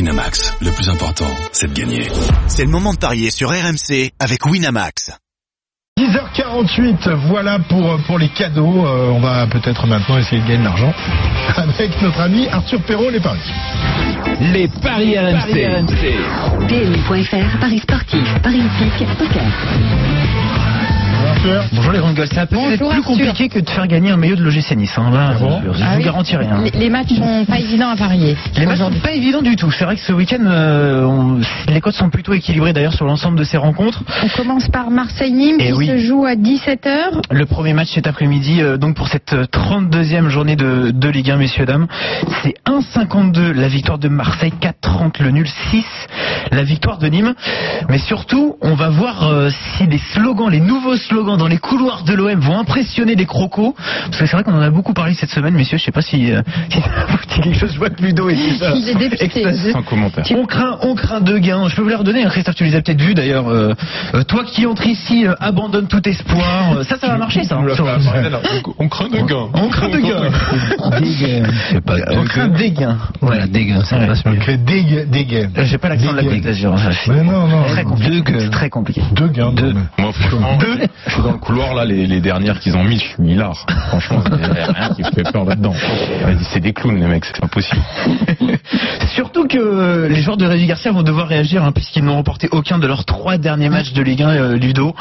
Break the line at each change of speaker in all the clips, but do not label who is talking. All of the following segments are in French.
Winamax, le plus important, c'est de gagner.
C'est le moment de parier sur RMC avec Winamax.
10h48, voilà pour, pour les cadeaux. Euh, on va peut-être maintenant essayer de gagner de l'argent avec notre ami Arthur Perrault, les paris.
Les paris RMC.
PMU.fr, Paris sportif, Paris hippique, poker.
Arthur
Bonjour les Rangos, ça peut être
Bonjour,
plus
Arthur.
compliqué que de faire gagner un maillot de l'OGC Nice. Hein, là,
bon
je, je
Ah
vous
oui.
garantis rien.
Les, les matchs sont pas évidents à parier.
Les matchs sont pas évidents du tout. C'est vrai que ce week-end, euh, on- les codes sont plutôt équilibrés d'ailleurs sur l'ensemble de ces rencontres.
On commence par Marseille-Nîmes
Eh
qui
oui.
se joue à 17h.
Le premier match cet après-midi, euh, donc pour cette euh, 32e journée de, de Ligue 1, messieurs, dames, c'est 1,52 la victoire de Marseille, 4,30 le nul, 6 la victoire de Nîmes. Mais surtout, on va voir euh, si les slogans, les nouveaux slogans dans les couloirs de l'OM vont impressionner les crocos. Parce que c'est vrai qu'on en a beaucoup parlé cette semaine, messieurs, je sais pas si, euh, si ça aboutit quelque chose, je vois que Ludo est déjà
Il est dépité.
extasié.
commentaire.
On craint, on craint deux gains. Je peux vous les redonner, hein, Christophe, tu les as peut-être vus d'ailleurs. Euh, euh, toi qui entres ici, euh, abandonne tout espoir. Euh, ça, ça va marcher, ça. hein, sur-
Ah, On craint de gain.
On craint deux gains. On craint des gains. Ouais, des gains, ça passe mieux.
Que dégue, dégue.
Euh, J'ai pas l'accent de la
Des
Côte d'Azur. ça, c'est-
Mais non, non,
Très
non.
compliqué. C'est très compliqué.
Deux gains.
Deux. Ah,
non,
Moi, franchement, je suis dans le couloir, là, les, les dernières qu'ils ont mis, je suis hilar. Franchement, il n'y a rien qui me fait peur là-dedans. Vas-y, C'est des clowns, les mecs, c'est pas possible.
Surtout que euh, les joueurs de Régis Garcia vont devoir réagir hein, puisqu'ils n'ont remporté aucun de leurs trois derniers matchs de Ligue 1 euh, Ludo.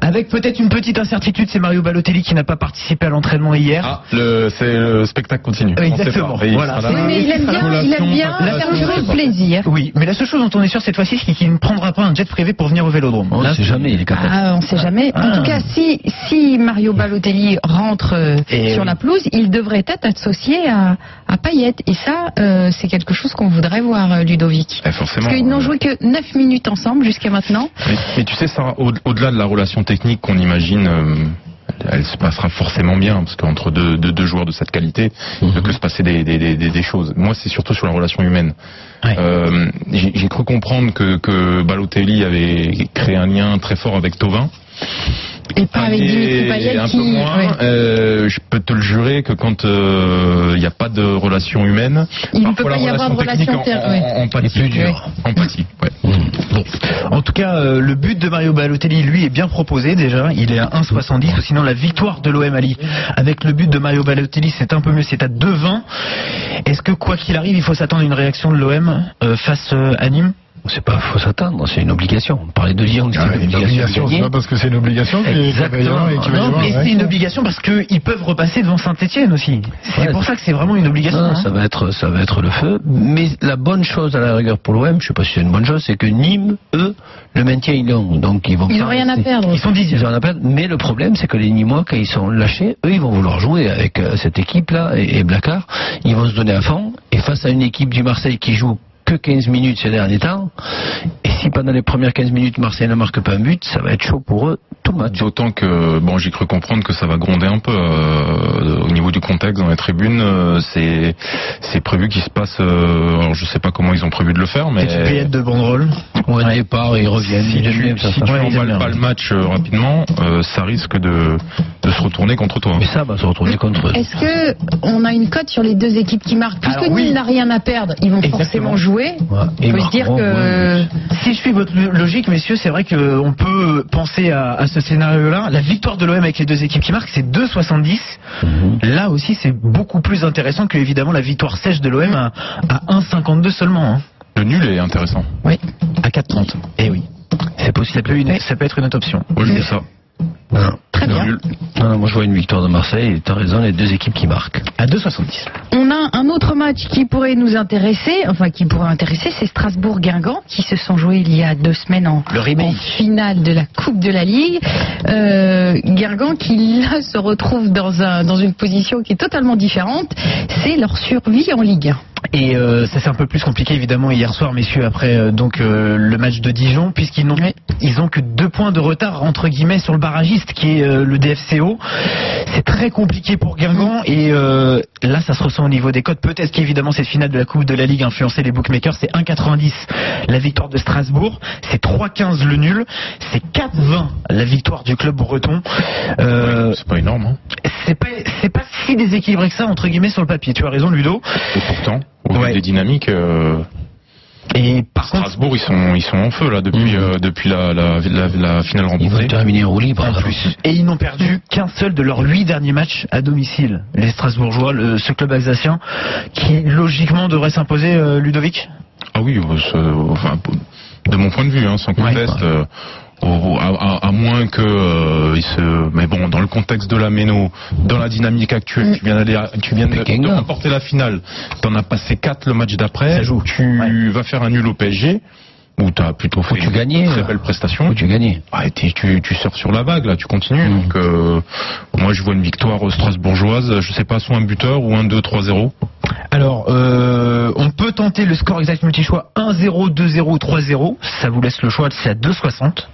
Avec peut-être une petite incertitude, c'est Mario Balotelli qui n'a pas participé à l'entraînement hier.
Ah, le, c'est le spectacle continue.
Euh,
On sait
exactement,
pas. Et il
voilà.
sera
Oui,
là.
mais
Mais il aime bien, il aime bien
La
faire
relation.
jouer le plaisir.
Oui, mais la seule chose dont on est sûr cette fois-ci, c'est qu'il ne prendra pas un jet privé pour venir au Vélodrome. Là, c'est jamais, il est capable.
Ah, on sait jamais. En
Ah.
tout cas, si, si Mario Balotelli rentre euh,
Et
sur
Eh oui.
la pelouse, il devrait être associé à, à Payet. Et ça, euh, c'est quelque chose qu'on voudrait voir, euh, Ludovic.
Eh, forcément.
Parce qu'ils n'ont
euh,
joué que 9 minutes ensemble jusqu'à maintenant.
Mais, mais tu sais, Sarah, au- au-delà de la relation technique qu'on imagine, euh, elle- elle se passera forcément bien, hein, parce qu'entre deux, deux, deux joueurs de cette qualité, il ne peut que se passer des, des, des, des- des choses. Moi, c'est surtout sur la relation humaine.
Ouais.
Euh, J'ai j'ai cru comprendre que, que Balotelli avait créé un lien très fort avec Tovin.
Et pas Ah, avec Dimitri
Et
Payet
un
qui.
peu moins.
ouais.
euh, je peux te le jurer que quand euh, il n'y a pas de relation humaine,
Il ne
parfois
peut pas y
la
avoir de
technique
relation
en,
terre-
en-
ouais.
en pâtit.
C'est plus dur.
En pâtit, ouais.
En tout cas, euh, le but de Mario Balotelli, lui, est bien proposé déjà. Il est à 1,70. Ou sinon, la victoire de l'OM Ali avec le but de Mario Balotelli, c'est un peu mieux. C'est à 2,20. Est-ce que quoi qu'il arrive, il faut s'attendre à une réaction de l'OM euh, face euh, à Nîmes
C'est pas, faut s'attendre, c'est une obligation. On parlait de Lyon, c'est
Ah,
une
une
obligation.
obligation,
de
c'est
gagner.
pas parce que c'est une obligation qu'il qu'il va y avoir et qu'il va y
Non,
avoir.
mais
ouais.
c'est une obligation parce qu'ils peuvent repasser devant Saint-Etienne aussi. C'est
Ouais.
pour ça que c'est vraiment une obligation.
Non,
hein.
ça va être, ça va être le feu. Mais la bonne chose à la rigueur pour l'OM, je sais pas si c'est une bonne chose, c'est que Nîmes, eux, le maintien ils l'ont, donc ils vont.
Ils
pas
n'ont rien à
rester.
perdre.
Ils sont
Ils
dixièmes.
ont rien à perdre. Mais le problème, c'est que les Nîmois, quand ils sont lâchés, eux, ils vont vouloir jouer avec euh, cette équipe-là et, et Blacard. Ils vont se donner à fond. Et face à une équipe du Marseille qui joue que 15 minutes ces derniers temps, et si pendant les premières 15 minutes Marseille ne marque pas un but, ça va être chaud pour eux tout le match.
D'autant que bon, j'ai cru comprendre que ça va gronder un peu euh, au niveau du contexte dans les tribunes. euh, c'est c'est prévu qu'il se passe. euh, alors je sais pas comment ils ont prévu de le faire, mais
C'est une payette de banderole.
Ou un départ, ils reviennent.
si
ils
tu,
aiment ça,
si
ça.
tu
Ouais, ils aiment
emballes
bien.
pas le match euh, rapidement, euh, ça risque de de se retourner contre toi.
Mais ça va se retourner contre eux.
Est-ce que on a une cote sur les deux équipes qui marquent Puisque
Alors, oui.
Nîmes n'a rien à perdre, ils vont
Exactement.
forcément jouer.
Ouais.
Il
Et
faut se dire
Marc
que
Rouen,
Si je suis votre lo- logique, messieurs, c'est vrai qu'on peut penser à, à ce scénario-là. La victoire de l'OM avec les deux équipes qui marquent, c'est 2,70. Là aussi, c'est beaucoup plus intéressant que, évidemment, la victoire sèche de l'OM à, à 1,52 seulement. hein.
Le nul est intéressant.
Oui. À 4,30. Eh oui. C'est possible. Ça peut, une- ça peut être une autre option.
Moi je dis ça.
Non, non.
Très
Le
bien.
nul. Non, non, moi je vois une victoire de Marseille et t'as raison, les deux équipes qui marquent.
À 2,70.
on a un autre match qui pourrait nous intéresser, enfin qui pourrait intéresser, c'est Strasbourg-Guingamp qui se sont joués il y a deux semaines en,
Le remake.
en finale de la Coupe de la Ligue. Euh, Guingamp qui là se retrouve dans, un, dans une position qui est totalement différente, c'est leur survie en Ligue 1.
Et euh, ça c'est un peu plus compliqué évidemment hier soir messieurs après euh, donc euh, le match de Dijon puisqu'ils n'ont ils ont que deux points de retard entre guillemets sur le barragiste qui est euh, le DFCO. C'est très compliqué pour Guingamp et euh, là ça se ressent au niveau des codes. Peut-être qu'évidemment cette finale de la Coupe de la Ligue a influencé les bookmakers. C'est 1,90 la victoire de Strasbourg, c'est 3,15 le nul, c'est 4,20 la victoire du club breton. Euh,
C'est pas énorme. Hein.
c'est pas c'est pas si déséquilibré que ça entre guillemets sur le papier. Tu as raison Ludo.
Et pourtant, au vu
Ouais.
des dynamiques. euh,
Et par contre,
Strasbourg, ils sont, ils sont en feu là depuis,
Mmh.
Mhm.
euh, depuis la, la, la, la finale
Ils vont
remportée.
terminer en roue libre. hein.
En
alors.
plus. Et ils n'ont perdu qu'un seul de leurs huit derniers matchs à domicile. Les Strasbourgeois, le- ce club alsacien, qui logiquement devrait s'imposer, euh, Ludovic
Ah oui, euh, ce- enfin, p- de mon point de vue, hein, sans conteste. euh, au- au- à, à- à moins que euh, il se, mais bon, dans le contexte de la méno, dans la dynamique actuelle, tu viens d'aller, à- tu viens de,
Mais Kenga.
de remporter la finale, t'en as passé quatre le match
Ça
d'après,
joue.
tu
Ouais.
vas faire un nul au PSG, où t'as plutôt fait
tu
une
gagnais,
très
là.
belle prestation.
Faut que tu gagnes.
Ah, et t'es- tu, tu sors sur la vague là, tu continues.
Mm.
Donc euh, moi je vois une victoire strasbourgeoise, je sais pas, soit un buteur ou un 2-3-0.
Alors, euh, on peut tenter le score exact multi-choix 1-0, 2-0, 3-0. Ça vous laisse le choix, c'est à 2,60.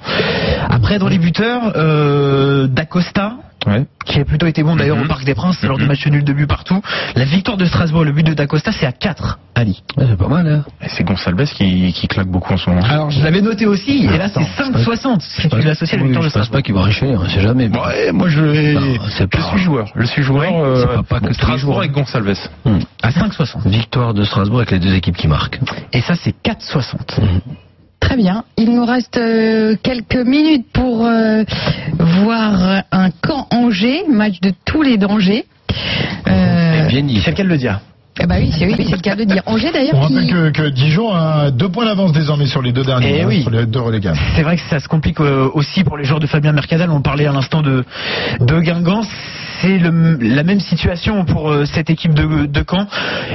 Après, dans les buteurs, euh, D'Acosta,
Ouais.
qui a plutôt été bon d'ailleurs
Mhm.
au Parc des Princes lors de
Mhm.
matchs nuls de but partout. La victoire de Strasbourg, le but de D'Acosta, c'est à 4, Ali.
Ouais, C'est pas mal, hein.
Et c'est Gonsalves qui, qui claque beaucoup en ce moment.
Alors, je l'avais noté aussi, et là, c'est
Attends, je
5,60 si tu
Ouais.
l'associes à la
Oui,
victoire de
Je pense
Strasbourg.
pas qu'ils vont richer, on sait jamais.
Ouais, moi je,
Non,
je
c'est pas-
suis joueur. Je suis joueur.
Ouais,
euh,
c'est pas- pas que tous les
Strasbourg
jours.
avec Gonsalves.
Hum.
À 5,60.
Victoire de Strasbourg avec les deux équipes qui marquent.
Et ça, c'est 4,60.
Très bien. Il nous reste euh, quelques minutes pour euh, voir un camp Angers, match de tous les dangers. Euh,
Bien dit.
C'est le cas de le dire.
eh ben oui, c'est oui, c'est le cas de dire. Angers
On
d'ailleurs
rappelle
qui-
que, que Dijon a deux points d'avance désormais sur les deux derniers,
Eh oui.
sur les deux relégats.
C'est vrai que ça se complique euh, aussi pour les joueurs de Fabien Mercadal. On parlait à l'instant de, de Guingamp. C'est le- la même situation pour euh, cette équipe de, de Caen.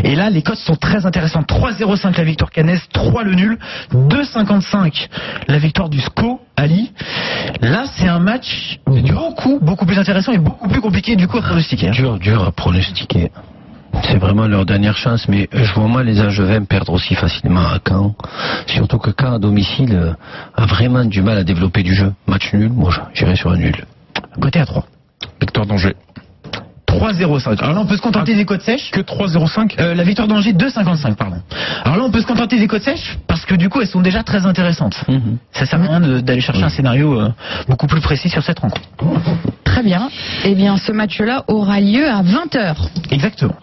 Et là, les cotes sont très intéressantes. 3,05 la victoire canaise, 3 le nul, 2,55 la victoire du SCO, Ali. Là, c'est un match beaucoup, beaucoup plus intéressant et beaucoup plus compliqué du coup à pronostiquer. hein.
Dur, dur à pronostiquer. C'est vraiment leur dernière chance, mais je vois mal les Angevins perdre aussi facilement à Caen. Surtout que Caen, à domicile, euh, a vraiment du mal à développer du jeu. Match nul, moi j'irai sur un nul.
Côté à 3.
Victoire d'Angers.
3,05. Alors là, on peut se contenter des cotes sèches.
Que 3-0-5
Euh, la victoire d'Angers 2,55 pardon. Alors là on peut se contenter des côtes sèches parce que du coup elles sont déjà très intéressantes. Ça sert à rien de- d'aller chercher un scénario euh, beaucoup plus précis sur cette rencontre.
Très bien. Eh bien, ce match-là aura lieu à 20h.
Exactement.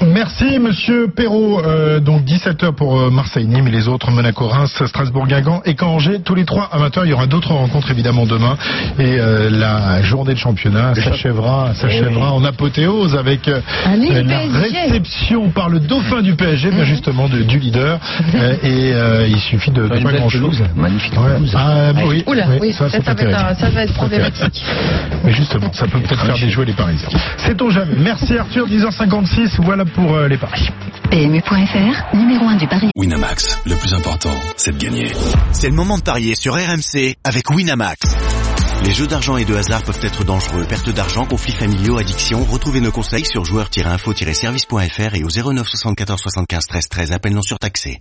Merci Monsieur Perrault. Euh, donc 17h pour euh, Marseille-Nîmes et les autres Monaco-Reims, Strasbourg-Guingamp et Caen Angers. Tous les trois à 20h, il y aura d'autres rencontres évidemment demain. Et euh, la journée de championnat s'achèvera
Eh
s'achèvera en apothéose avec euh,
Allez,
euh,
le
la
PSG.
réception par le dauphin du
Eh
PSG, bien justement de- du leader. Euh, et euh, il suffit de, de
Une
pas
belle
grand-chose.
pelouse, magnifique
Ouais.
pelouse.
Ah, oui,
Oula, oui, ça,
faut
ça va être,
pas
un- ça va être problématique.
mais justement, ça
Ah,
peut peut-être faire déjouer les Parisiens. Sait-on jamais. Merci Arthur, 10h56, voilà pour euh, les paris.
PMU.fr, numéro 1 du Paris.
Winamax, le plus important, c'est de gagner.
C'est le moment de parier sur RMC avec Winamax. Les jeux d'argent et de hasard peuvent être dangereux. Perte d'argent, conflits familiaux, addiction. Retrouvez nos conseils sur joueurs-info-service.fr et au 09 74 75 13 13. Appel non surtaxé.